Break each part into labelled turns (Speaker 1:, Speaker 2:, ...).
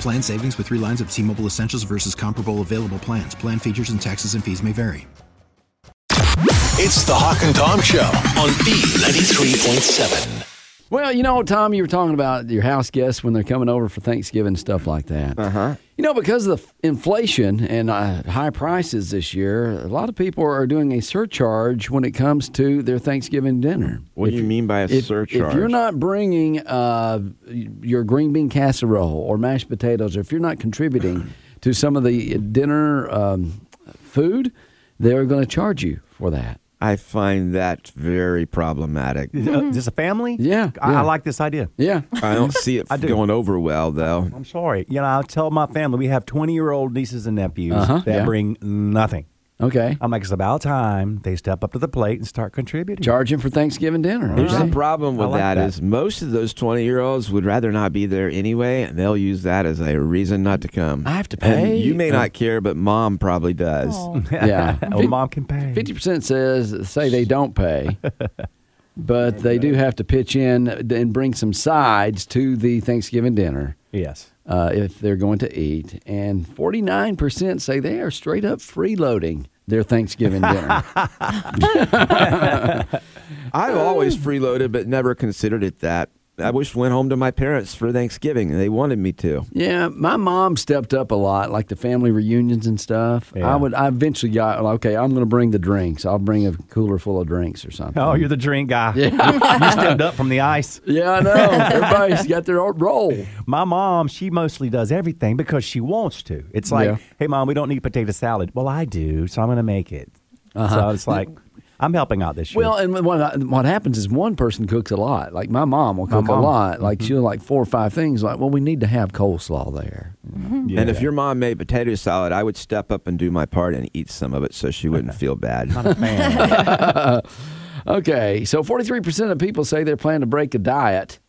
Speaker 1: Plan savings with three lines of T Mobile Essentials versus comparable available plans. Plan features and taxes and fees may vary.
Speaker 2: It's the Hawk and Tom Show on B93.7.
Speaker 3: Well, you know, Tom, you were talking about your house guests when they're coming over for Thanksgiving and stuff like that. Uh
Speaker 4: Uh-huh.
Speaker 3: huh. You know, because of the f- inflation and uh, high prices this year, a lot of people are doing a surcharge when it comes to their Thanksgiving dinner.
Speaker 4: What do you mean by a
Speaker 3: If,
Speaker 4: surcharge?
Speaker 3: if you're not bringing uh, your green bean casserole or mashed potatoes, or if you're not contributing to some of the dinner um, food, they're going to charge you for that.
Speaker 4: I find that very problematic.
Speaker 5: Uh, Is this a family?
Speaker 3: Mm-hmm. Yeah,
Speaker 5: I,
Speaker 3: yeah.
Speaker 5: I like this idea.
Speaker 3: Yeah.
Speaker 4: I don't see it
Speaker 5: do.
Speaker 4: going over well, though.
Speaker 5: I'm sorry. You know, I tell my family we have 20 year old nieces and nephews
Speaker 3: Uh-huh,
Speaker 5: that
Speaker 3: yeah.
Speaker 5: bring nothing.
Speaker 3: Okay.
Speaker 5: I'm like, it's about time they step up to the plate and start contributing.
Speaker 3: Charging for Thanksgiving dinner.
Speaker 4: Here's
Speaker 3: okay.
Speaker 4: the problem with
Speaker 5: I like
Speaker 4: that
Speaker 5: that.
Speaker 4: is most of those 20 year olds would rather not be there anyway, and they'll use that as a reason not to come.
Speaker 3: I have to
Speaker 4: And
Speaker 3: pay.
Speaker 4: you
Speaker 5: Uh,
Speaker 4: may not care, but mom probably does.
Speaker 3: Yeah.
Speaker 5: oh, mom can pay.
Speaker 3: Fifty percent says say they don't pay, but they do have to pitch in and bring some sides to the Thanksgiving dinner
Speaker 5: Yes.
Speaker 3: uh, if they're going to eat. And forty nine percent say they are straight up freeloading their Thanksgiving dinner.
Speaker 4: I've always freeloaded, but never considered it that. I wish went home to my parents for Thanksgiving. and They wanted me to.
Speaker 3: yeah, my mom stepped up a lot, like the family reunions and stuff. I
Speaker 5: Yeah.
Speaker 3: would, I eventually got okay. I'm going to bring the drinks. I'll bring a cooler full of drinks or something.
Speaker 5: Oh, you're the drink guy. you stepped up from the ice.
Speaker 3: yeah, I know. Everybody's got their own role.
Speaker 5: My mom, she mostly does everything because she wants to. It's like,
Speaker 3: Yeah.
Speaker 5: hey, mom, we don't need potato salad. Well, I do, so I'm going to make it. So it's like, I'm helping out this year.
Speaker 3: Uh-huh. Well, and what, what happens is one person cooks a lot. Like my mom will cook a
Speaker 5: mom. Mm-hmm.
Speaker 3: lot. Like she'll like four or five things. Like, well, we need to have coleslaw there.
Speaker 5: Yeah.
Speaker 4: And if your mom made potato salad, I would step up and do my part and eat some of it so she wouldn't feel bad.
Speaker 5: not a fan.
Speaker 3: Okay, so forty-three percent of people say they're planning to break a diet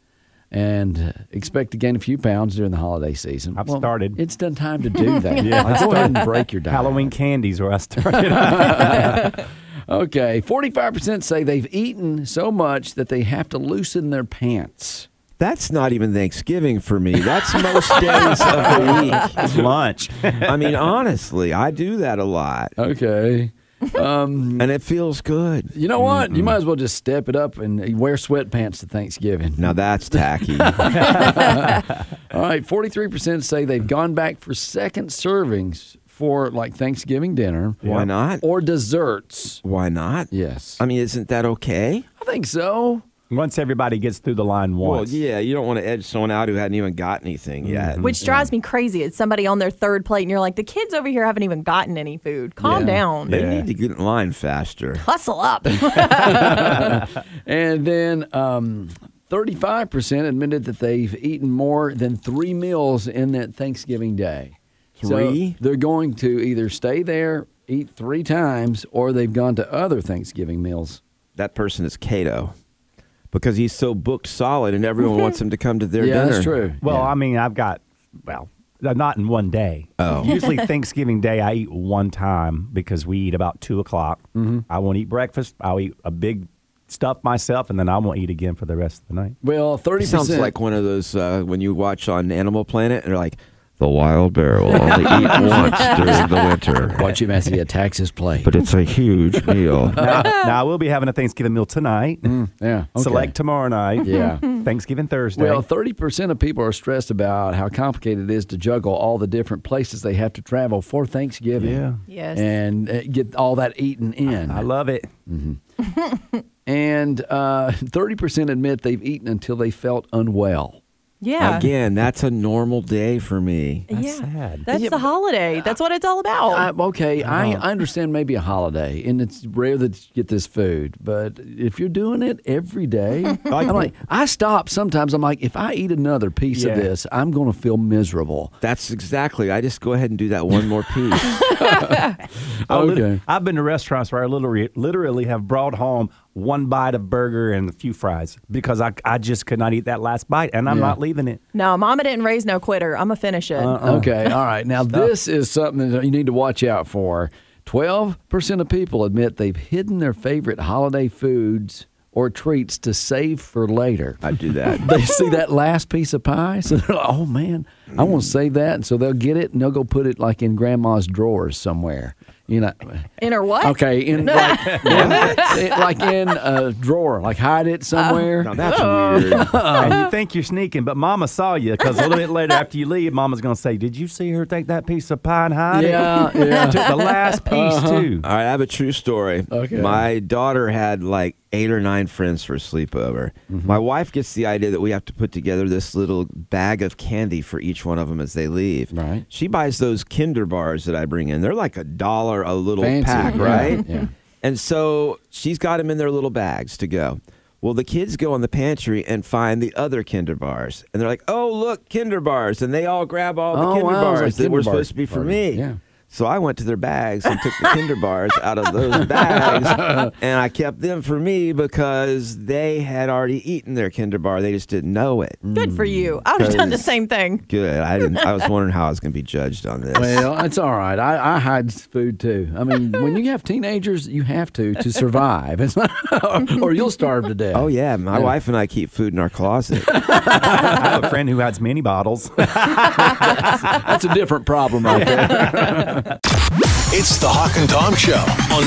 Speaker 3: and expect to gain a few pounds during the holiday season.
Speaker 5: I've started.
Speaker 3: It's done time to do that. yeah, go ahead and break your diet.
Speaker 5: Halloween candies where I started.
Speaker 3: Okay, forty-five percent say they've eaten so much that they have to loosen their pants.
Speaker 4: That's not even Thanksgiving for me. That's most days of the
Speaker 5: It's lunch.
Speaker 4: week. I mean, honestly, I do that a lot,
Speaker 3: Okay.
Speaker 4: and it feels good.
Speaker 3: You know what? You might as well just step it up and wear sweatpants to Thanksgiving.
Speaker 4: Now that's tacky.
Speaker 3: All right, 43% say they've gone back for second servings for like Thanksgiving dinner
Speaker 4: Why not?
Speaker 3: or desserts.
Speaker 4: Why not?
Speaker 3: Yes.
Speaker 4: I mean, isn't that okay?
Speaker 3: I think so.
Speaker 5: Once everybody gets through the line once.
Speaker 4: Well, yeah, you don't want to edge someone out who hadn't even got anything
Speaker 3: Mm-hmm.
Speaker 4: yet.
Speaker 6: Which drives me crazy. It's somebody on their third plate, and you're like, the kids over here haven't even gotten any food. Calm down.
Speaker 4: They need to get in line faster.
Speaker 6: Hustle up.
Speaker 3: And then um, 35% admitted that they've eaten more than three meals in that Thanksgiving day. So
Speaker 4: Three?
Speaker 3: they're going to either stay there, eat three times, or they've gone to other Thanksgiving meals.
Speaker 4: That person is Cato because he's so booked solid and everyone wants him to come to their
Speaker 3: yeah,
Speaker 4: dinner.
Speaker 3: that's true.
Speaker 5: Well,
Speaker 3: Yeah.
Speaker 5: I mean, I've got, well, uh, not in one day. Oh. Usually Thanksgiving Day, I eat one time because we eat about 2 o'clock.
Speaker 3: Mm-hmm.
Speaker 5: I won't eat breakfast. I'll eat a big stuff myself, and then I won't eat again for the rest of the night.
Speaker 3: well, 30%
Speaker 4: He sounds like one of those uh, when you watch on Animal Planet, they're like, the wild bear will only eat once during the winter,
Speaker 3: watch him as he attacks his plate.
Speaker 4: but it's a huge meal.
Speaker 5: now, now, I will be having a Thanksgiving meal tonight.
Speaker 3: yeah. Oh. Mm, okay.
Speaker 5: Select tomorrow night.
Speaker 3: Yeah.
Speaker 5: Thanksgiving Thursday.
Speaker 3: Well, 30% of people are stressed about how complicated it is to juggle all the different places they have to travel for Thanksgiving.
Speaker 5: Yeah.
Speaker 6: Yes.
Speaker 3: And uh, get all that eaten in.
Speaker 5: I love it.
Speaker 3: and uh, 30% admit they've eaten until they felt unwell.
Speaker 6: Yeah.
Speaker 4: Again, that's a normal day for me.
Speaker 6: That's
Speaker 5: sad.
Speaker 6: That's the holiday. That's what it's all about.
Speaker 3: I, okay, I
Speaker 5: Uh-huh.
Speaker 3: understand maybe a holiday, and it's rare that you get this food, but if you're doing it every day, I'm like, I stop sometimes. I'm like, if I eat another piece
Speaker 5: Yeah.
Speaker 3: of this, I'm going to feel miserable.
Speaker 4: That's exactly. I just go ahead and do that one more piece.
Speaker 5: I lit-
Speaker 3: Okay.
Speaker 5: I've been to restaurants where I literally, literally have brought home one bite of burger and a few fries because I, I just could not eat that last bite and I'm
Speaker 3: Yeah.
Speaker 5: not leaving it.
Speaker 6: no, Mama didn't raise no quitter. I'm going to finish it.
Speaker 4: Uh-uh.
Speaker 3: Okay, all right. Now, this is something that you need to watch out for. 12% of people admit they've hidden their favorite holiday foods or treats to save for later.
Speaker 4: I do that.
Speaker 3: they see that last piece of pie, so they're like, "Oh man, I
Speaker 4: Mm.
Speaker 3: want to save that," and so they'll get it and they'll go put it like in grandma's drawers somewhere. You know,
Speaker 6: In her what?
Speaker 3: okay, in like, like in a drawer, like hide it somewhere.
Speaker 4: Now that's weird.
Speaker 5: and you think you're sneaking, but Mama saw you because a little bit later after you leave, Mama's going to say, Did you see her take that piece of pie and hide
Speaker 3: yeah,
Speaker 5: it?
Speaker 3: yeah. Uh-huh.
Speaker 5: Took the last piece too.
Speaker 4: All right, I have a true story.
Speaker 3: Okay.
Speaker 4: My daughter had like eight or nine friends for sleepover.
Speaker 3: Mm-hmm.
Speaker 4: My wife gets the idea that we have to put together this little bag of candy for each one of them as they leave.
Speaker 3: Right.
Speaker 4: She buys those Kinder bars that I bring in. They're like a dollar a little
Speaker 3: Fancy,
Speaker 4: pack,
Speaker 3: yeah,
Speaker 4: right?
Speaker 3: yeah.
Speaker 4: And so she's got them in their little bags to go. Well, the kids go in the pantry and find the other Kinder bars, and they're like, "Oh, look, Kinder bars!" And they all grab all the
Speaker 3: Oh,
Speaker 4: Kinder
Speaker 3: wow, it's
Speaker 4: bars
Speaker 3: like
Speaker 4: that
Speaker 3: Kinder
Speaker 4: were
Speaker 3: Bar
Speaker 4: supposed to be for
Speaker 3: party.
Speaker 4: me.
Speaker 3: Yeah.
Speaker 4: So I went to their bags and took the Kinder bars out of those bags, and I kept them for me because they had already eaten their Kinder bar. They just didn't know it.
Speaker 6: Good for you. I would have done the same thing.
Speaker 4: Good. I didn't. I was wondering how I was going to be judged on this.
Speaker 3: Well, it's all right. I, I hide food too. I mean, when you have teenagers, you have to to survive, It's not- or you'll starve to death.
Speaker 4: oh yeah, my wife and I keep food in our closet.
Speaker 5: I have a friend who hides many bottles.
Speaker 3: that's a different problem right there.
Speaker 2: It's the Hawk and Tom Show on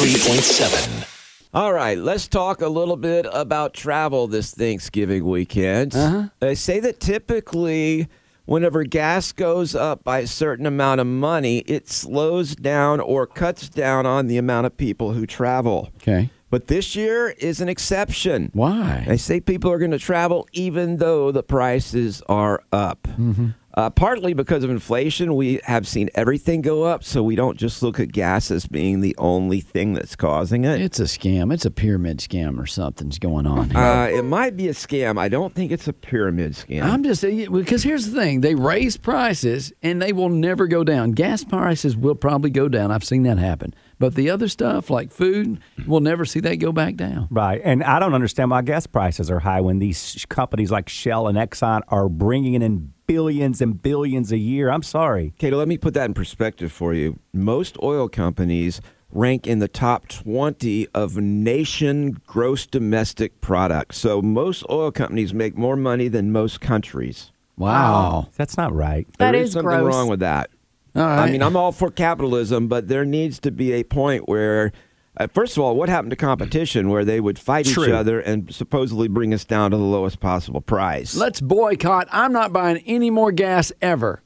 Speaker 2: B93.7.
Speaker 4: All right, let's talk a little bit about travel this Thanksgiving weekend.
Speaker 3: Uh-huh.
Speaker 4: They say that typically, whenever gas goes up by a certain amount of money, it slows down or cuts down on the amount of people who travel.
Speaker 3: Okay.
Speaker 4: But this year is an exception.
Speaker 3: Why?
Speaker 4: They say people are going to travel even though the prices are up.
Speaker 3: Mm-hmm.
Speaker 4: Uh, partly because of inflation, we have seen everything go up, so we don't just look at gas as being the only thing that's causing it.
Speaker 3: It's a scam. It's a pyramid scam or something's going on here.
Speaker 4: Uh, it might be a scam. I don't think it's a pyramid scam.
Speaker 3: I'm just because here's the thing: they raise prices and they will never go down. Gas prices will probably go down. I've seen that happen, but the other stuff like food, we'll never see that go back down.
Speaker 5: Right. And I don't understand why gas prices are high when these sh- companies like Shell and Exxon are bringing in billions and billions a year. I'm sorry.
Speaker 4: Kato, let me put that in perspective for you. Most oil companies rank in the top 20 of nation gross domestic product. So most oil companies make more money than most countries.
Speaker 3: Wow.
Speaker 5: That's not right.
Speaker 6: That
Speaker 4: there
Speaker 6: is
Speaker 4: something
Speaker 6: gross.
Speaker 4: wrong with that.
Speaker 3: All
Speaker 4: I
Speaker 3: right.
Speaker 4: mean, I'm all for capitalism, but there needs to be a point where, uh, first of all, what happened to competition where they would fight each
Speaker 5: True.
Speaker 4: other and supposedly bring us down to the lowest possible price?
Speaker 3: Let's boycott. I'm not buying any more gas ever.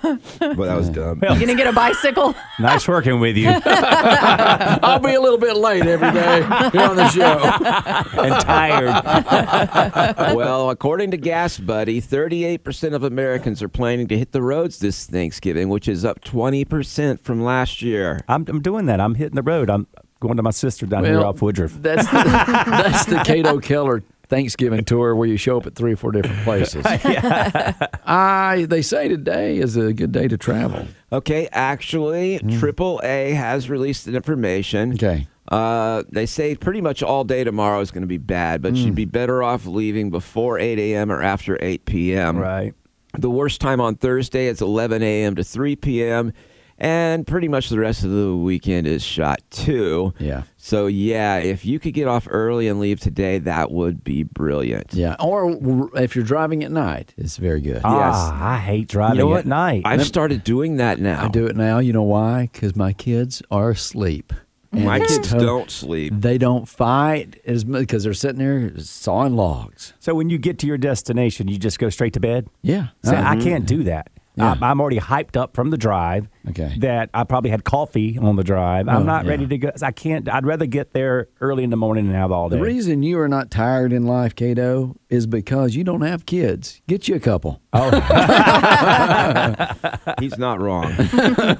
Speaker 4: well, that was dumb.
Speaker 6: You going to get a bicycle?
Speaker 5: Nice working with you.
Speaker 3: I'll be a little bit late every day here on the show.
Speaker 5: and tired.
Speaker 4: well, according to Gas Buddy, 38% of Americans are planning to hit the roads this Thanksgiving, which is up 20% from last year.
Speaker 5: I'm, I'm doing that. I'm hitting the road. I'm going to my sister down here off Woodruff.
Speaker 3: That's the, that's the Cato Keller Thanksgiving tour where you show up at three or four different places. I they say today is a good day to travel.
Speaker 4: Okay, actually, AAA has released the information.
Speaker 3: Okay.
Speaker 4: Uh, they say pretty much all day tomorrow is going to be bad, but you'd be better off leaving before 8 a.m. or after 8 p.m.
Speaker 5: Right.
Speaker 4: The worst time on Thursday is 11 a.m. to 3 p.m. And pretty much the rest of the weekend is shot too.
Speaker 3: Yeah.
Speaker 4: So, yeah, if you could get off early and leave today, that would be brilliant.
Speaker 3: Yeah, or w- if you're driving at night, it's very good.
Speaker 4: Oh.
Speaker 5: Ah, I hate driving
Speaker 4: You know
Speaker 5: at
Speaker 4: what?
Speaker 5: night.
Speaker 4: I've started doing that now.
Speaker 3: I do it now. You know why? Because my kids are asleep. And
Speaker 4: My
Speaker 3: it's
Speaker 4: kids
Speaker 3: to-
Speaker 4: don't sleep.
Speaker 3: They don't fight as much because they're sitting there sawing logs.
Speaker 5: So when you get to your destination, you just go straight to bed?
Speaker 3: Yeah. Mm-hmm.
Speaker 5: See, I can't do that.
Speaker 3: Yeah.
Speaker 5: I, I'm already hyped up from the drive.
Speaker 3: Okay.
Speaker 5: That I probably had coffee on the drive. I'm
Speaker 3: Oh,
Speaker 5: not
Speaker 3: yeah.
Speaker 5: ready to go. I can't. I'd rather get there early in the morning and have all day.
Speaker 3: The reason you are not tired in life, Cato, is because you don't have kids. Get you a couple.
Speaker 4: He's not wrong.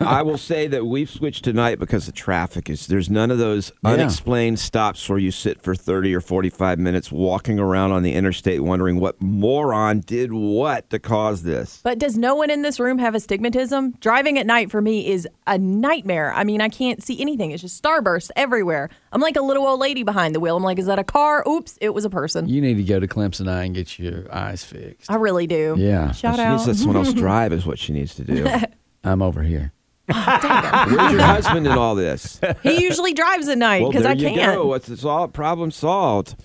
Speaker 4: I will say that we've switched tonight because the traffic is there's none of those
Speaker 3: Yeah.
Speaker 4: unexplained stops where you sit for 30 or 45 minutes walking around on the interstate wondering what moron did what to cause this.
Speaker 6: But does no one in this room have astigmatism? Driving at night for me is a nightmare. I mean, I can't see anything. It's just starbursts everywhere. I'm like a little old lady behind the wheel. I'm like, is that a car? Oops, it was a person.
Speaker 3: You need to go to Clemson Eye and get your eyes fixed.
Speaker 6: I really do.
Speaker 3: Yeah.
Speaker 6: Shout
Speaker 4: she
Speaker 6: out.
Speaker 4: needs to let someone else drive is what she needs to do.
Speaker 3: I'm over here.
Speaker 4: Where's your husband in all this?
Speaker 6: He usually drives at night
Speaker 4: Well,
Speaker 6: because
Speaker 4: there
Speaker 6: I
Speaker 4: you
Speaker 6: can't.
Speaker 4: go. It's, it's all problem solved.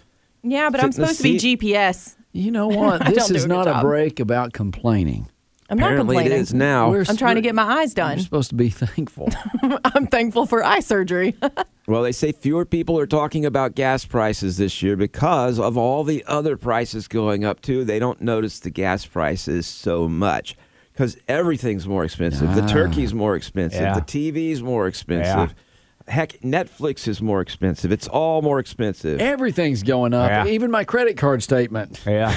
Speaker 6: Yeah, but I'm
Speaker 4: Sit in the
Speaker 6: supposed to be
Speaker 4: seat.
Speaker 6: GPS.
Speaker 3: You know what?
Speaker 6: I
Speaker 3: This
Speaker 6: don't do
Speaker 3: is
Speaker 6: a good
Speaker 3: not a
Speaker 6: job.
Speaker 3: break about complaining.
Speaker 6: I'm
Speaker 4: Apparently
Speaker 6: not
Speaker 4: it
Speaker 6: complaining.
Speaker 4: is now.
Speaker 3: We're
Speaker 6: I'm trying to
Speaker 3: sp-
Speaker 6: get my eyes
Speaker 3: You're
Speaker 6: done.
Speaker 3: supposed to be thankful.
Speaker 6: I'm thankful for eye surgery.
Speaker 4: Well, they say fewer people are talking about gas prices this year because of all the other prices going up too. They don't notice the gas prices so much because everything's more expensive.
Speaker 6: Ah.
Speaker 4: The turkey's more expensive.
Speaker 5: Yeah.
Speaker 4: The TV's more expensive. Heck, Netflix is more expensive. It's all more expensive.
Speaker 6: Eh.
Speaker 3: Everything's going up,
Speaker 5: Yeah.
Speaker 3: even my credit card statement.
Speaker 5: Yeah.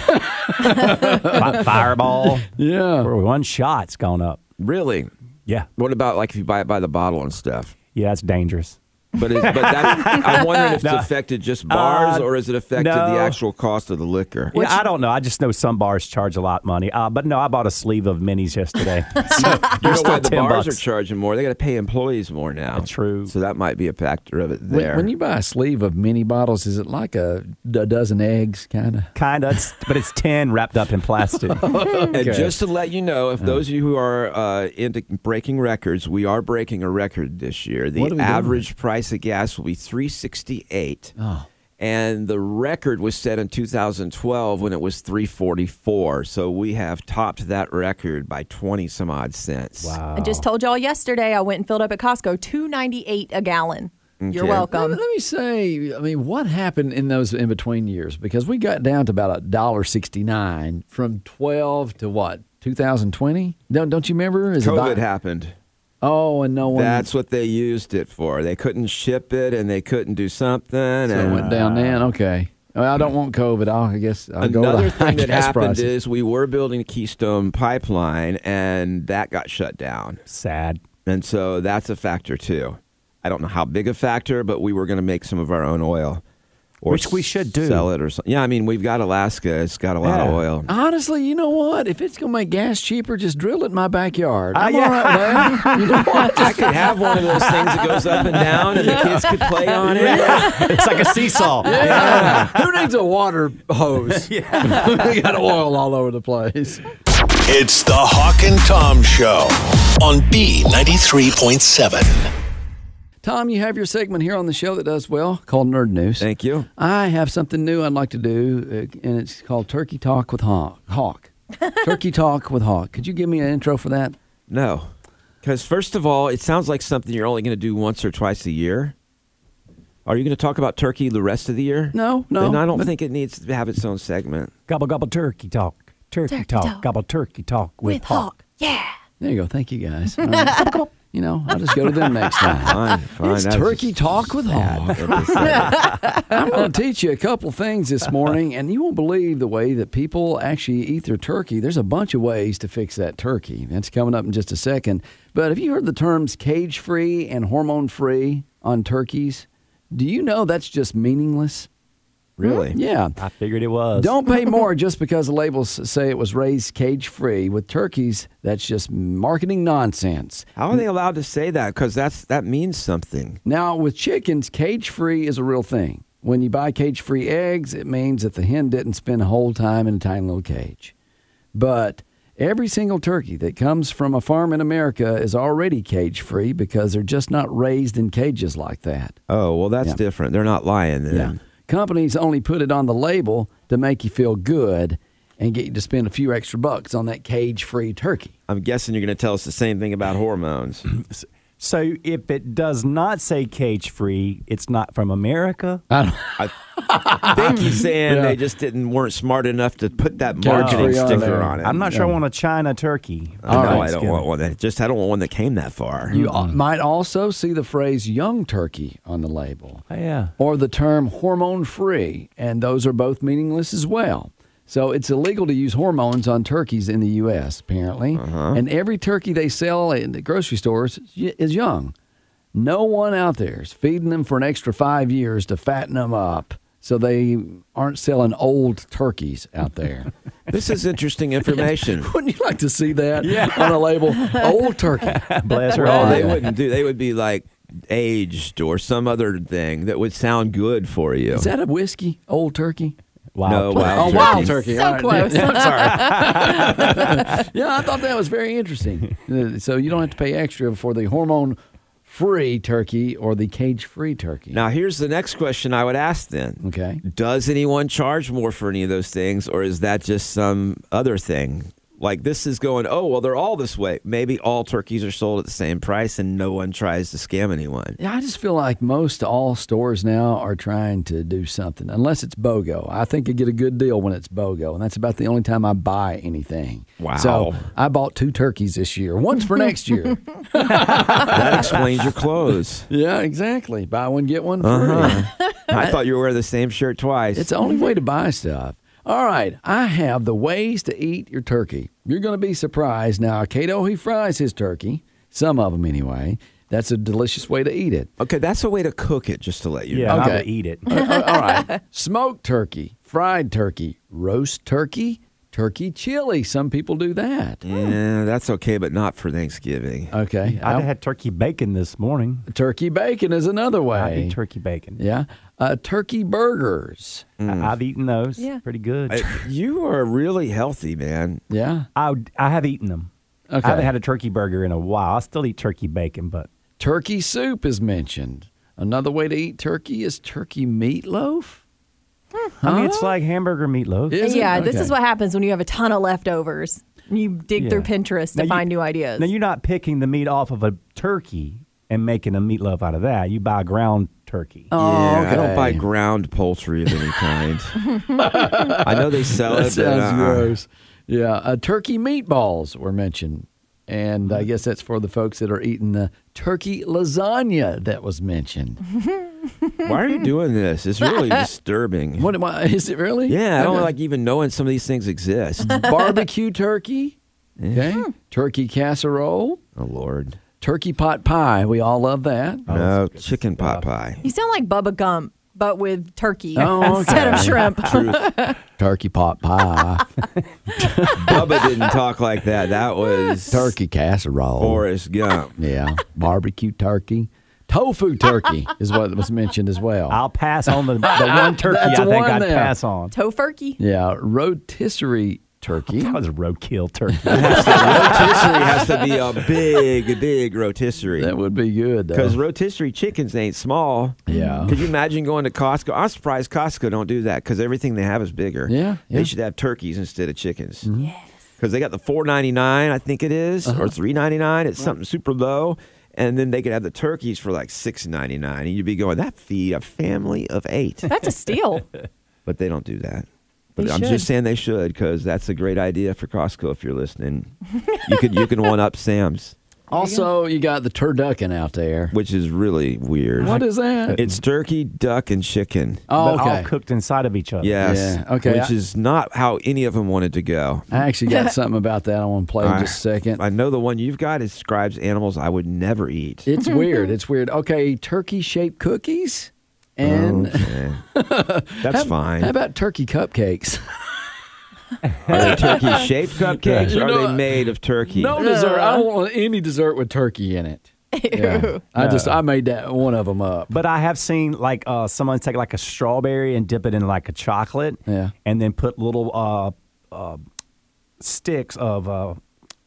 Speaker 5: Fi- Fireball.
Speaker 3: Yeah.
Speaker 5: For one shot's gone up.
Speaker 4: really?
Speaker 5: Yeah.
Speaker 4: What about like if you buy it by the bottle and stuff?
Speaker 5: Yeah, that's dangerous.
Speaker 4: But, it, but that's, I'm wondering if
Speaker 5: No.
Speaker 4: it's affected just bars
Speaker 5: Uh,
Speaker 4: or is it affected
Speaker 5: no.
Speaker 4: the actual cost of the liquor?
Speaker 5: Yeah, I don't know. I just know some bars charge a lot of money. Uh, but no, I bought a sleeve of minis yesterday. so
Speaker 4: You
Speaker 5: they're
Speaker 4: know why
Speaker 5: still
Speaker 4: the
Speaker 5: 10
Speaker 4: bars
Speaker 5: bucks.
Speaker 4: are charging more? They got to pay employees more now.
Speaker 5: True.
Speaker 4: So that might be a factor of it
Speaker 3: When,
Speaker 4: there.
Speaker 3: when you buy a sleeve of mini bottles, is it like a, a dozen eggs, kind of?
Speaker 5: kind of, it's, but it's 10 wrapped up in plastic.
Speaker 4: and just to let you know,
Speaker 5: Mm.
Speaker 4: if those of you who are uh, into breaking records, we are breaking a record this year.
Speaker 3: What are
Speaker 4: The
Speaker 3: we doing?
Speaker 4: average price of gas will be three sixty eight.
Speaker 3: Oh.
Speaker 4: And the record was set in 2012 when it was 344. So we have topped that record by 20 some odd cents. Wow.
Speaker 6: I just told y'all yesterday I went and filled up at Costco, two ninety eight a gallon. You're
Speaker 4: Okay.
Speaker 3: Let,
Speaker 6: welcome.
Speaker 3: let me say, I mean, what happened in those in between years? Because we got down to about a dollar sixty nine from twelve to what? 2020? Don't don't you remember? Is it
Speaker 4: COVID
Speaker 3: di-
Speaker 4: happened.
Speaker 3: Oh, and no one.
Speaker 4: That's what they used it for. They couldn't ship it and they couldn't do something.
Speaker 3: so it
Speaker 4: and
Speaker 3: went down then. Okay. Well, I don't want COVID. I'll, I guess I'll go
Speaker 4: Another
Speaker 3: with the high
Speaker 4: thing that
Speaker 3: gas
Speaker 4: happened
Speaker 3: prices.
Speaker 4: is we were building the Keystone Pipeline and that got shut down.
Speaker 5: Sad.
Speaker 4: And so that's a factor too. I don't know how big a factor, but we were going to make some of our own oil. Or
Speaker 5: Which we should do.
Speaker 4: Sell it or something. Yeah, I mean, we've got Alaska. It's got a lot of
Speaker 5: Yeah.
Speaker 4: oil.
Speaker 3: Honestly, you know what? If it's gonna make gas cheaper, just drill it in my backyard.
Speaker 4: Uh,
Speaker 5: Ah,
Speaker 3: I'm
Speaker 5: yeah.
Speaker 3: all right with that. You know what?
Speaker 4: I could have one of those things that goes up and down and the kids could play on it.
Speaker 5: It's like a seesaw.
Speaker 3: Yeah. Who needs a water hose? we got oil all over the place.
Speaker 2: It's the Hawk and Tom Show on B93.7.
Speaker 3: Tom, you have your segment here on the show that does well called Nerd News.
Speaker 4: Thank you.
Speaker 3: I have something new I'd like to do, uh, and it's called Turkey Talk with Hawk. Hawk. Turkey Talk with Hawk. Could you give me an intro for that?
Speaker 4: No. Because, first of all, it sounds like something you're only going to do once or twice a year. Are you going to talk about turkey the rest of the year?
Speaker 3: No, no,
Speaker 4: Then I don't
Speaker 3: but-
Speaker 4: think it needs to have its own segment.
Speaker 5: Gobble, gobble, turkey talk. Turkey,
Speaker 6: Turkey
Speaker 5: talk.
Speaker 6: talk.
Speaker 5: Gobble, turkey talk with,
Speaker 6: With Hawk. Yeah.
Speaker 3: There you go. Thank you guys. All right. you know, I'll just go to them next time.
Speaker 4: Fine, fine.
Speaker 3: It's
Speaker 4: that was
Speaker 3: Turkey
Speaker 4: just
Speaker 3: Talk with
Speaker 4: bad.
Speaker 3: Hawk.
Speaker 4: That was sad.
Speaker 3: I'm going to teach you a couple things this morning, and you won't believe the way that people actually eat their turkey. There's a bunch of ways to fix that turkey. That's coming up in just a second. But have you heard the terms cage free and hormone free on turkeys? Do you know that's just meaningless?
Speaker 4: really?
Speaker 3: Yeah.
Speaker 5: I figured it was.
Speaker 3: Don't pay more just because the labels say it was raised cage free. With turkeys, that's just marketing nonsense.
Speaker 4: How are they allowed to say that? Because that's that means something.
Speaker 3: Now, with chickens, cage free is a real thing. When you buy cage free eggs, it means that the hen didn't spend a whole time in a tiny little cage. But every single turkey that comes from a farm in America is already cage free because they're just not raised in cages like that.
Speaker 4: Oh, well, that's
Speaker 3: Yeah.
Speaker 4: different. They're not lying then.
Speaker 3: Companies only put it on the label to make you feel good and get you to spend a few extra bucks on that cage free turkey.
Speaker 4: I'm guessing you're going to tell us the same thing about hormones.
Speaker 5: So if it does not say cage free, it's not from America.
Speaker 4: I think he's saying they just didn't weren't smart enough to put that marketing
Speaker 3: free on
Speaker 4: sticker
Speaker 3: there.
Speaker 4: on it.
Speaker 5: I'm not sure I want a China turkey.
Speaker 4: I know Oh, I don't want one that just I don't want one that came that far.
Speaker 3: You al- might also see the phrase young turkey on the label.
Speaker 5: yeah.
Speaker 3: Or the term hormone free, and those are both meaningless as well. So it's illegal to use hormones on turkeys in the U.S., apparently. And every turkey they sell in the grocery stores y- is young. No one out there is feeding them for an extra five years to fatten them up. So they aren't selling old turkeys out there.
Speaker 4: this is interesting information.
Speaker 3: Wouldn't you like to see that on a label? Old turkey.
Speaker 5: Bless her
Speaker 4: Well,
Speaker 5: heart.
Speaker 4: they wouldn't do. They would be like aged or some other thing that would sound good for you.
Speaker 3: Is that a whiskey? Old turkey?
Speaker 5: Wild
Speaker 4: no,
Speaker 5: turkey.
Speaker 4: wild
Speaker 3: Oh, wild
Speaker 4: turkey.
Speaker 3: turkey.
Speaker 6: So
Speaker 3: All right.
Speaker 6: close.
Speaker 3: Yeah, I thought that was very interesting. Uh, so you don't have to pay extra for the hormone free turkey or the cage free turkey.
Speaker 4: Now, here's the next question I would ask then.
Speaker 3: Okay.
Speaker 4: Does anyone charge more for any of those things, or is that just some other thing? Like, this is going, oh, well, they're all this way. Maybe all turkeys are sold at the same price and no one tries to scam anyone.
Speaker 3: Yeah, I just feel like most all stores now are trying to do something, unless it's BOGO. I think you get a good deal when it's BOGO, and that's about the only time I buy anything.
Speaker 4: Wow.
Speaker 3: So I bought two turkeys this year, one's for next year.
Speaker 4: That explains your clothes.
Speaker 3: yeah, exactly. Buy one, get one free.
Speaker 4: Uh-huh. I thought you were wearing the same shirt twice.
Speaker 3: It's the only way to buy stuff. All right, I have the ways to eat your turkey. You're going to be surprised. Now, Cato, he fries his turkey, some of them anyway. That's a delicious way to eat it.
Speaker 4: okay, that's a way to cook it, just to let you
Speaker 5: Yeah,
Speaker 4: know.
Speaker 5: not
Speaker 3: Okay.
Speaker 5: to eat it.
Speaker 3: Uh, uh, All right, smoked turkey, fried turkey, roast turkey, turkey chili. Some people do that.
Speaker 4: Yeah, that's okay, but not for Thanksgiving.
Speaker 3: Okay,
Speaker 5: I
Speaker 3: I-
Speaker 5: had turkey bacon this morning.
Speaker 3: turkey bacon is another
Speaker 5: I
Speaker 3: way.
Speaker 5: eat turkey bacon.
Speaker 3: yeah, Mm. uh, turkey burgers.
Speaker 5: I, have eaten those.
Speaker 6: Yeah.
Speaker 5: Pretty good.
Speaker 4: I- Uh, you are really healthy, man.
Speaker 3: Yeah,
Speaker 5: I, I have eaten them.
Speaker 3: Okay.
Speaker 5: I haven't had a turkey burger in a while. I still eat turkey bacon, but
Speaker 3: turkey soup is mentioned. Another way to eat turkey is turkey meatloaf.
Speaker 5: I mean, it's like hamburger meatloaf.
Speaker 3: Is it?
Speaker 6: yeah, this
Speaker 3: Okay.
Speaker 6: is what happens when you have a ton of leftovers. You dig
Speaker 5: Yeah.
Speaker 6: through Pinterest to
Speaker 5: Now you-
Speaker 6: find new ideas.
Speaker 5: Now, you're not picking the meat off of a turkey and making a meatloaf out of that. You buy ground turkey.
Speaker 3: Oh,
Speaker 4: yeah, I don't buy
Speaker 3: okay.
Speaker 4: ground poultry of any kind. I know they sell
Speaker 3: That
Speaker 4: it. but,
Speaker 3: sounds
Speaker 4: uh-uh.
Speaker 3: gross. Yeah, uh, turkey meatballs were mentioned, and
Speaker 4: Mm-hmm.
Speaker 3: I guess that's for the folks that are eating the turkey lasagna that was mentioned.
Speaker 4: Mm-hmm. Why are you doing this? It's really disturbing.
Speaker 3: What am I? Is it really?
Speaker 4: Yeah, I don't
Speaker 3: Okay.
Speaker 4: like even knowing some of these things exist. Oh,
Speaker 3: barbecue turkey. Okay,
Speaker 4: Hmm.
Speaker 3: turkey casserole,
Speaker 4: oh Lord,
Speaker 3: turkey pot pie. We all love that.
Speaker 4: no chicken pot pie.
Speaker 6: you sound like Bubba Gump, but with turkey
Speaker 3: Oh,
Speaker 6: instead of
Speaker 3: okay.
Speaker 6: shrimp.
Speaker 3: Turkey pot pie,
Speaker 4: Bubba didn't talk like that. That was
Speaker 3: turkey casserole.
Speaker 4: Forrest Gump.
Speaker 3: Yeah, barbecue turkey, tofu turkey is what was mentioned as well.
Speaker 5: I'll pass on the, the one turkey I
Speaker 3: That's
Speaker 5: think
Speaker 3: one
Speaker 5: I'd
Speaker 3: there.
Speaker 5: pass on.
Speaker 6: Tofurkey.
Speaker 3: yeah, rotisserie turkey.
Speaker 5: That was a roadkill turkey.
Speaker 4: rotisserie has to be a big, big rotisserie.
Speaker 3: That would be good. though.
Speaker 4: Because rotisserie chickens ain't small.
Speaker 3: Yeah.
Speaker 4: Could you imagine going to Costco? I'm surprised Costco don't do that because everything they have is bigger.
Speaker 3: Yeah, yeah. Mm-hmm.
Speaker 4: They should have turkeys instead of chickens. Yes. Because they got the four ninety nine, I think it is,
Speaker 3: Uh-huh.
Speaker 4: or three ninety nine. It's something super low. And then they could have the turkeys for like six ninety nine, and you'd be going that feed a family of eight.
Speaker 6: That's a steal.
Speaker 4: but they don't do that. But
Speaker 6: They
Speaker 4: I'm
Speaker 6: should.
Speaker 4: just saying they should because that's a great idea for Costco. If you're listening, you could you can one up Sam's,
Speaker 3: Also, you got the turducken out there.
Speaker 4: which is really weird.
Speaker 3: What is that?
Speaker 4: It's turkey, duck, and chicken.
Speaker 3: oh,
Speaker 5: But all
Speaker 3: okay.
Speaker 5: cooked inside of each other.
Speaker 4: Yes.
Speaker 3: Yeah, okay.
Speaker 4: Which is not how any of them wanted to go.
Speaker 3: I actually got something about that I want to play in just a second.
Speaker 4: I know the one you've got describes animals I would never eat.
Speaker 3: It's weird. It's weird. Okay, turkey shaped cookies and
Speaker 4: Okay. That's fine.
Speaker 3: how about turkey cupcakes?
Speaker 4: are they turkey shaped cupcakes
Speaker 3: You
Speaker 4: or
Speaker 3: know,
Speaker 4: are they made of turkey?
Speaker 3: No dessert. I don't want any dessert with turkey in it. Yeah. I just I made that one of them up.
Speaker 5: But I have seen like uh, someone take like a strawberry and dip it in like a chocolate,
Speaker 3: Yeah.
Speaker 5: and then put little uh, uh, sticks of uh,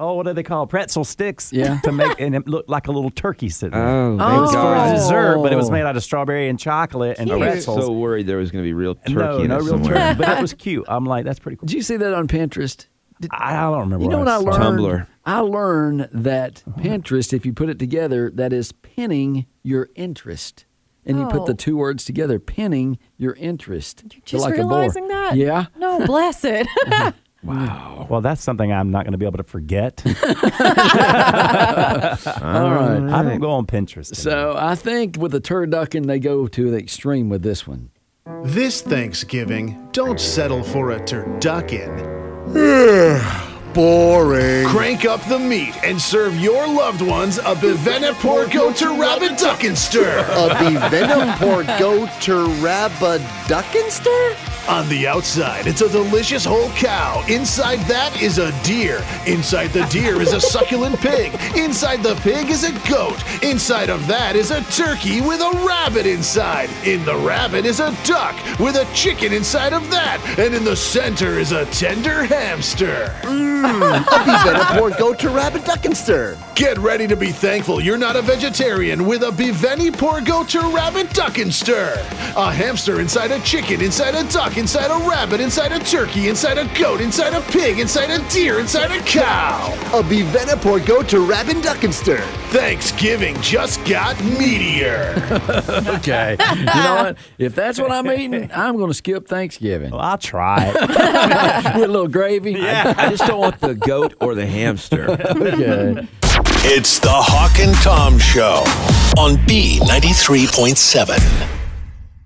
Speaker 5: oh, what are they called? Pretzel sticks,
Speaker 3: Yeah.
Speaker 5: to make and it looked like a little turkey sitting. there.
Speaker 4: Oh, thank
Speaker 5: It was for
Speaker 4: God.
Speaker 5: dessert, but it
Speaker 3: Oh.
Speaker 5: was made out of strawberry and chocolate and
Speaker 4: I was
Speaker 5: pretzels.
Speaker 4: so worried there was going to be real turkey
Speaker 5: no,
Speaker 4: in
Speaker 5: no
Speaker 4: it
Speaker 5: real
Speaker 4: somewhere.
Speaker 5: turkey, but it was cute. I'm like, that's pretty cool.
Speaker 3: Did you see that on Pinterest?
Speaker 5: I don't remember.
Speaker 3: You know what I
Speaker 5: saw.
Speaker 3: learned?
Speaker 4: Tumblr.
Speaker 3: I learned that Pinterest, if you put it together, that is pinning your interest. And you put
Speaker 6: Oh.
Speaker 3: the two words together, pinning your interest.
Speaker 6: You're
Speaker 3: to
Speaker 6: just
Speaker 3: like a board.
Speaker 6: realizing that?
Speaker 3: Yeah.
Speaker 6: No, bless it.
Speaker 5: Well, that's something I'm not going to be able to forget.
Speaker 3: All right.
Speaker 5: I don't go on Pinterest.
Speaker 3: So
Speaker 5: anymore.
Speaker 3: I think with the turducken, they go to the extreme with this one.
Speaker 7: This Thanksgiving, don't settle for a turducken. Boring. Crank up the meat and serve your loved ones a Bivena Porco Terraba Duckin' Stir.
Speaker 8: A Bevenom Porco Terraba Duckinster?
Speaker 7: On the outside, it's a delicious whole cow. Inside that is a deer. Inside the deer is a succulent pig. Inside the pig is a goat. Inside of that is a turkey with a rabbit inside. In the rabbit is a duck with a chicken inside of that. And in the center is a tender hamster.
Speaker 8: A Bevenom Porco Terraba Duckinster?
Speaker 7: Get ready to be thankful you're not a vegetarian with a Biveni Porgo to Rabbit Duck and Stir. A hamster inside a chicken, inside a duck, inside a rabbit, inside a turkey, inside a goat, inside a pig, inside a deer, inside a cow.
Speaker 8: A Bevenom Porco Terraba Duckinster?
Speaker 7: Thanksgiving just got meatier.
Speaker 3: Okay. you know what? If that's what I'm eating, I'm going to skip Thanksgiving
Speaker 5: Well, I'll try it.
Speaker 3: with a little gravy.
Speaker 4: I just don't want the goat or the hamster.
Speaker 3: Okay.
Speaker 2: It's the Hawk and Tom Show on B93.7.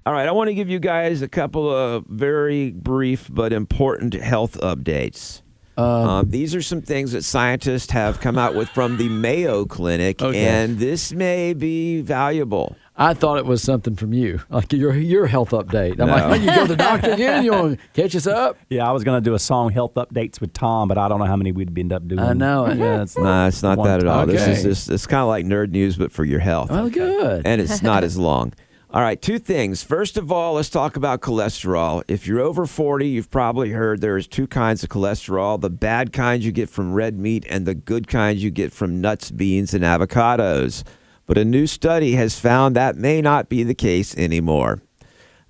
Speaker 4: All right, I want to give you guys a couple of very brief but important health updates. Um, these are some things that scientists have come out with from the Mayo Clinic,
Speaker 3: Okay.
Speaker 4: and this may be valuable.
Speaker 3: I thought it was something from you, like your your health update. I'm like,
Speaker 4: No.
Speaker 3: oh, you go to the doctor again? You want to catch us up?
Speaker 5: yeah, I was going to do a song health updates with Tom, but I don't know how many we'd end up doing.
Speaker 3: I know.
Speaker 5: Yeah, it's not.
Speaker 4: No, it's not
Speaker 5: One
Speaker 4: that at all. This
Speaker 3: Okay.
Speaker 4: is just, it's kind of like nerd news, but for your health.
Speaker 3: Well, good.
Speaker 4: and it's not as long. All right, two things. First of all, let's talk about cholesterol. If you're over 40, you've probably heard there's two kinds of cholesterol the bad kind you get from red meat, and the good kind you get from nuts, beans, and avocados. But a new study has found that may not be the case anymore.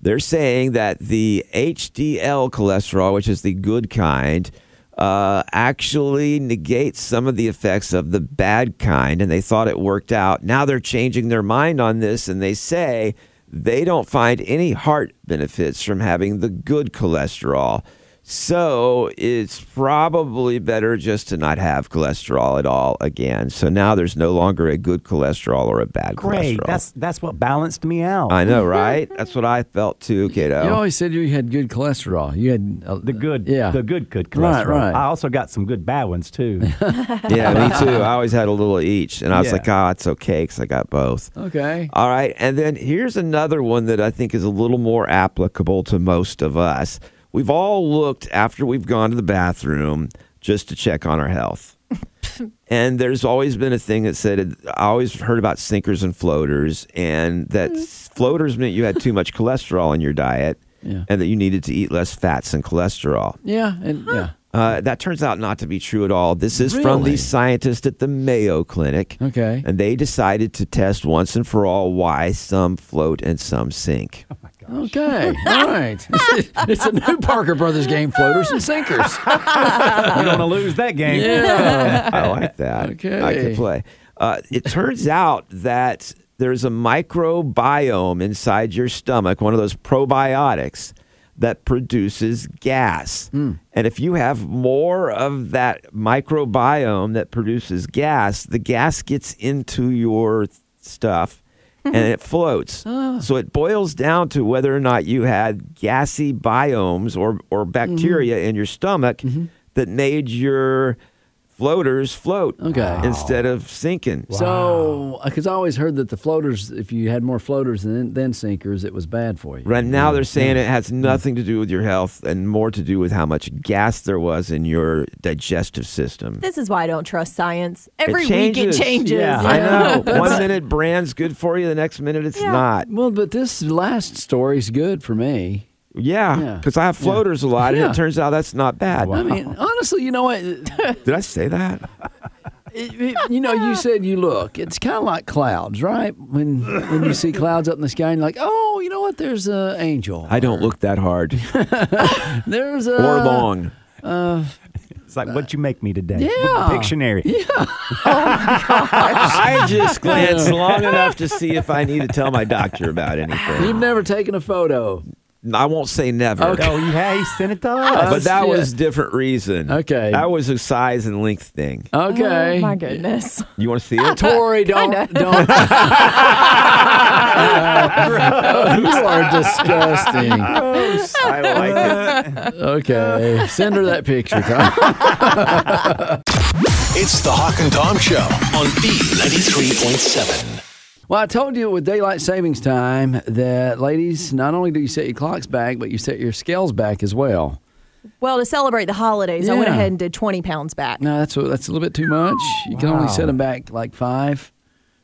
Speaker 4: They're saying that the HDL cholesterol, which is the good kind, uh, actually negates some of the effects of the bad kind, and they thought it worked out. Now they're changing their mind on this, and they say they don't find any heart benefits from having the good cholesterol. So it's probably better just to not have cholesterol at all again. So now there's no longer a good cholesterol or a bad
Speaker 5: Great.
Speaker 4: cholesterol.
Speaker 5: That's that's what balanced me out.
Speaker 4: I know, right? That's what I felt too, kiddo.
Speaker 3: Mm-hmm. You always said you had good cholesterol. You had uh,
Speaker 5: the good,
Speaker 3: Yeah.
Speaker 5: the good, good
Speaker 3: Right,
Speaker 5: cholesterol.
Speaker 3: right.
Speaker 5: I also got some good bad ones too.
Speaker 4: yeah, me too. I always had a little of each, and I was
Speaker 5: Yeah.
Speaker 4: like, "Ah, it's okay," because I got both.
Speaker 3: Okay.
Speaker 4: All right, and then here's another one that I think is a little more applicable to most of us. We've all looked after we've gone to the bathroom just to check on our health. and there's always been a thing that said I always heard about sinkers and floaters, and that
Speaker 3: Mm.
Speaker 4: floaters meant you had too much cholesterol in your diet,
Speaker 3: Yeah.
Speaker 4: and that you needed to eat less fats and cholesterol.
Speaker 3: Yeah. And yeah.
Speaker 4: Uh, that turns out not to be true at all. This is from
Speaker 3: Really?
Speaker 4: the scientist at the Mayo Clinic.
Speaker 3: Okay.
Speaker 4: And they decided to test once and for all why some float and some sink.
Speaker 3: Okay. All right. It's, a new Parker Brothers game, floaters and sinkers.
Speaker 5: you don't want to lose that game.
Speaker 3: Yeah.
Speaker 4: I like that.
Speaker 3: Okay.
Speaker 4: I can play. Uh, it turns out that there's a microbiome inside your stomach, one of those probiotics that produces gas. And if you have more of that microbiome that produces gas, the gas gets into your stuff and it floats. So it boils down to whether or not you had gassy biomes or, or bacteria in your stomach that made your floaters float
Speaker 3: Okay.
Speaker 4: instead of sinking.
Speaker 3: So, because I always heard that the floaters, if you had more floaters than, than sinkers, it was bad for you.
Speaker 4: Right now, they're saying it has nothing to do with your health and more to do with how much gas there was in your digestive system.
Speaker 6: this is why I don't trust science. Every week
Speaker 4: it
Speaker 6: it
Speaker 4: changes.
Speaker 6: changes.
Speaker 5: Yeah,
Speaker 4: I know. One minute brand's good for you, the next minute it's
Speaker 6: Yeah.
Speaker 4: not.
Speaker 3: Well, but this last story's good for me.
Speaker 4: Yeah,
Speaker 3: Yeah.
Speaker 4: because I have floaters a lot, and
Speaker 3: Yeah.
Speaker 4: it turns out that's not bad.
Speaker 3: I mean, honestly, you know what? It-
Speaker 4: Did I say that?
Speaker 3: it- you know, you said you look. It's kind of like clouds, right? When when you see clouds up in the sky, and you're like, oh, you know what? There's a angel.
Speaker 4: I don't look that hard
Speaker 3: There's a
Speaker 4: or long.
Speaker 5: It's like, what'd you make me today?
Speaker 3: Yeah.
Speaker 5: Pictionary.
Speaker 4: I just glanced long enough to see if I need to tell my doctor about anything.
Speaker 3: You've never taken a photo.
Speaker 4: I won't say never.
Speaker 5: Oh, you hey, send it to us.
Speaker 4: But that
Speaker 3: shit.
Speaker 4: was different reason.
Speaker 3: Okay.
Speaker 4: That was a size and length thing.
Speaker 3: Okay.
Speaker 6: Oh, my goodness.
Speaker 4: You want to see it?
Speaker 3: Tori, don't don't. you are disgusting.
Speaker 4: I like it.
Speaker 3: Okay, send her that picture. Tom.
Speaker 2: It's the Hawk and Tom Show on B93.7.
Speaker 3: Well, I told you with daylight savings time that ladies, not only do you set your clocks back, but you set your scales back as well.
Speaker 6: Well, to celebrate the holidays, I went
Speaker 3: Yeah.
Speaker 6: ahead and did 20 pounds back.
Speaker 3: No, that's a, that's a little bit too much. You can only set them back like five,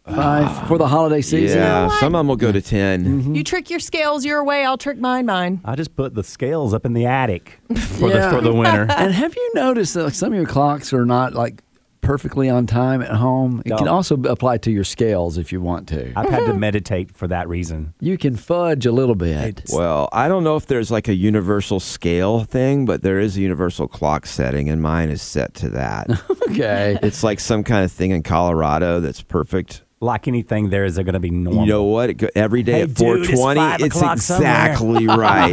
Speaker 3: five for the holiday season.
Speaker 4: Yeah, some of them will go to 10.
Speaker 5: Mm-hmm.
Speaker 6: You trick your scales your way, I'll trick mine mine.
Speaker 5: I just put the scales up in the attic for,
Speaker 3: Yeah.
Speaker 5: the, for the winter.
Speaker 3: And have you noticed that like, some of your clocks are not like perfectly on time at home? It can
Speaker 5: No.
Speaker 3: also apply to your scales if you want to.
Speaker 5: I've had to meditate for that reason.
Speaker 3: you can fudge a little bit.
Speaker 4: Well, I don't know if there's like a universal scale thing, but there is a universal clock setting, and mine is set to that.
Speaker 3: Okay.
Speaker 4: it's like some kind of thing in Colorado that's perfect.
Speaker 5: Like anything, there is going to be normal.
Speaker 4: You know what? It go- Every day
Speaker 5: Hey,
Speaker 4: at
Speaker 5: dude, it's
Speaker 4: 420,
Speaker 5: five
Speaker 4: it's,
Speaker 5: o'clock somewhere.
Speaker 4: exactly right.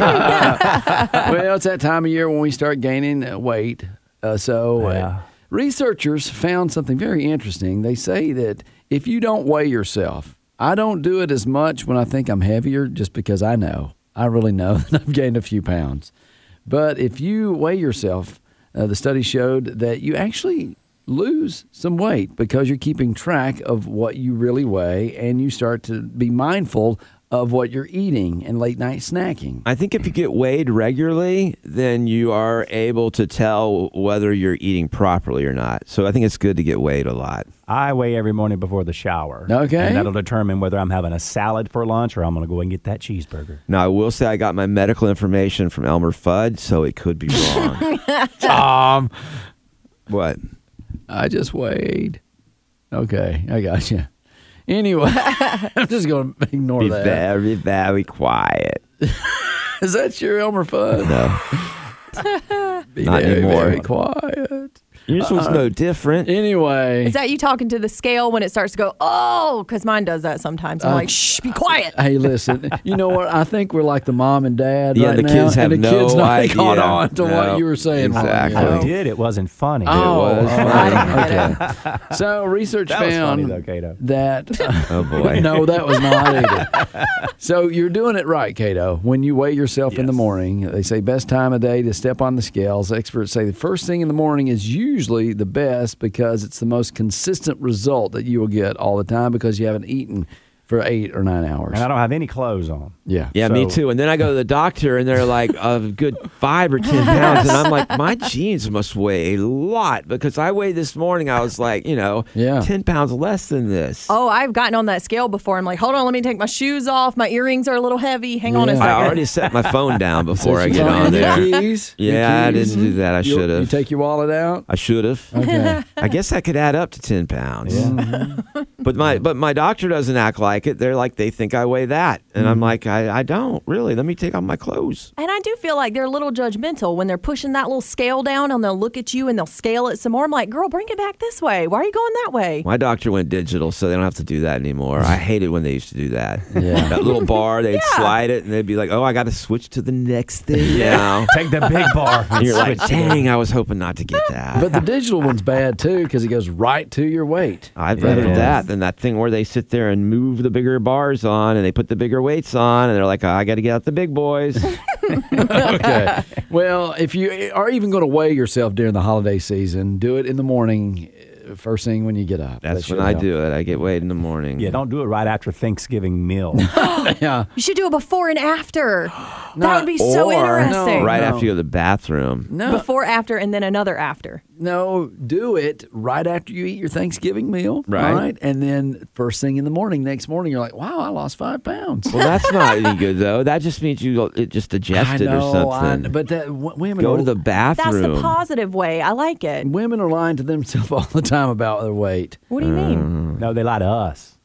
Speaker 3: well, it's that time of year when we start gaining uh, weight. Uh, so, uh,
Speaker 5: Yeah.
Speaker 3: researchers found something very interesting. They say that if you don't weigh yourself, I don't do it as much when I think I'm heavier just because I know. I really know that I've gained a few pounds. But if you weigh yourself, uh, the study showed that you actually lose some weight because you're keeping track of what you really weigh and you start to be mindful of what you're eating and late night snacking.
Speaker 4: I think if you get weighed regularly, then you are able to tell whether you're eating properly or not. So I think it's good to get weighed a lot.
Speaker 5: I weigh every morning before the shower.
Speaker 3: Okay.
Speaker 5: And that'll determine whether I'm having a salad for lunch or I'm going to go and get that cheeseburger.
Speaker 4: Now, I will say I got my medical information from Elmer Fudd, so it could be wrong.
Speaker 5: Um,
Speaker 4: what?
Speaker 3: I just weighed. Okay, I got you. Anyway, I'm just going to ignore
Speaker 4: Be
Speaker 3: that.
Speaker 4: very, very quiet.
Speaker 3: Is that your Elmer Fudd?
Speaker 4: No.
Speaker 3: Be
Speaker 4: not
Speaker 3: very,
Speaker 4: anymore.
Speaker 3: very quiet.
Speaker 4: Yours was no different.
Speaker 3: Anyway,
Speaker 6: Is that you talking to the scale when it starts to go, oh, because mine does that sometimes. I'm like, shh, be quiet.
Speaker 3: hey, listen. You know what? I think we're like the mom and dad
Speaker 4: Yeah,
Speaker 3: right
Speaker 4: the
Speaker 3: now,
Speaker 4: kids have
Speaker 3: and the kids
Speaker 4: no
Speaker 3: not caught
Speaker 4: idea.
Speaker 3: on to
Speaker 4: No,
Speaker 3: what you were saying. Juan.
Speaker 4: exactly.
Speaker 5: I
Speaker 4: Oh.
Speaker 5: did. It wasn't funny.
Speaker 3: Oh,
Speaker 4: It was
Speaker 3: all
Speaker 4: funny.
Speaker 3: right, okay. So research
Speaker 5: That was
Speaker 3: found
Speaker 5: funny though, Kato.
Speaker 3: that.
Speaker 4: Oh boy.
Speaker 3: no, that was not either. so you're doing it right, Cato. When you weigh yourself in the morning, they say best time of day to step on the scales. Experts say the first thing in the morning is usually the best because it's the most consistent result that you will get all the time because you haven't eaten for eight or nine hours.
Speaker 5: And I don't have any clothes on.
Speaker 3: Yeah.
Speaker 4: Yeah, me
Speaker 5: So-
Speaker 4: too. And then I go to the doctor, and they're like a good five or ten pounds, and I'm like, my jeans must weigh a lot because I weighed this morning. I was like, you know,
Speaker 3: Yeah.
Speaker 4: ten pounds less than this.
Speaker 6: Oh, I've gotten on that scale before. I'm like, hold on, let me take my shoes off. My earrings are a little heavy. Hang on a
Speaker 3: Yeah.
Speaker 6: second.
Speaker 4: I already set my phone down
Speaker 3: So
Speaker 4: before I
Speaker 3: she's
Speaker 4: get on
Speaker 3: your
Speaker 4: there.
Speaker 3: Keys, your
Speaker 4: Yeah, I
Speaker 3: keys.
Speaker 4: didn't do that. I
Speaker 3: You-
Speaker 4: should
Speaker 3: You
Speaker 4: have.
Speaker 3: take your wallet out.
Speaker 4: I should have.
Speaker 3: Okay.
Speaker 4: I guess I could add up to ten pounds. but my but my doctor doesn't act like it. They're like they think I weigh that, and
Speaker 3: Mm-hmm.
Speaker 4: I'm like I, I don't really. Let me take off my clothes.
Speaker 6: And I do feel like they're a little judgmental when they're pushing that little scale down and they'll look at you and they'll scale it some more. I'm like, girl, bring it back this way. Why are you going that way?
Speaker 4: My doctor went digital, so they don't have to do that anymore. I hated when they used to do that.
Speaker 3: Yeah.
Speaker 4: That little bar, they'd slide it, and they'd be like, "Oh, I got to switch to the next thing now."
Speaker 5: Take the big bar.
Speaker 4: And you're like, "Dang, I was hoping not to get that."
Speaker 3: But the digital one's bad too because it goes right to your weight.
Speaker 4: I'd rather
Speaker 5: Yeah.
Speaker 4: that than that thing where they sit there and move the bigger bars on, and they put the bigger weights on, and they're like, "I got to get out the big boys."
Speaker 3: okay. Well, if you are even going to weigh yourself during the holiday season, do it in the morning, uh, first thing when you get
Speaker 4: That's
Speaker 3: up. That
Speaker 4: when
Speaker 3: should
Speaker 4: I
Speaker 3: help.
Speaker 4: do it. I get weighed in the morning.
Speaker 5: yeah, don't do it right after Thanksgiving meal.
Speaker 3: Yeah.
Speaker 6: You should do a before and after. that would be so
Speaker 4: Or-
Speaker 6: interesting.
Speaker 4: right
Speaker 3: No.
Speaker 4: after you go to the bathroom.
Speaker 3: No,
Speaker 6: Before, after, and then another after.
Speaker 3: no, do it right after you eat your Thanksgiving meal,
Speaker 4: Right.
Speaker 3: And then first thing in the morning, next morning, you're like, "Wow, I lost five pounds."
Speaker 4: Well, that's not any good though. That just means you it just
Speaker 3: I
Speaker 4: digested or
Speaker 3: know, I
Speaker 4: something.
Speaker 3: kn- but that w- women
Speaker 4: go
Speaker 3: are,
Speaker 4: to the
Speaker 6: That's
Speaker 4: bathroom.
Speaker 6: the positive way. I like it.
Speaker 3: women are lying to themselves all the time about their weight.
Speaker 6: What do you mean?
Speaker 5: no, they lie to us.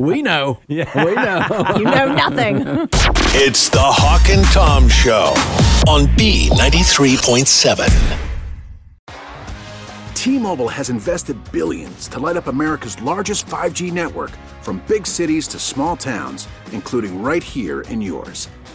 Speaker 3: we know. Yeah. We know.
Speaker 6: You know nothing.
Speaker 2: It's the Hawk and Tom Show on B93.7.
Speaker 9: T-Mobile has invested billions to light up America's largest 5G network from big cities to small towns, including right here in yours.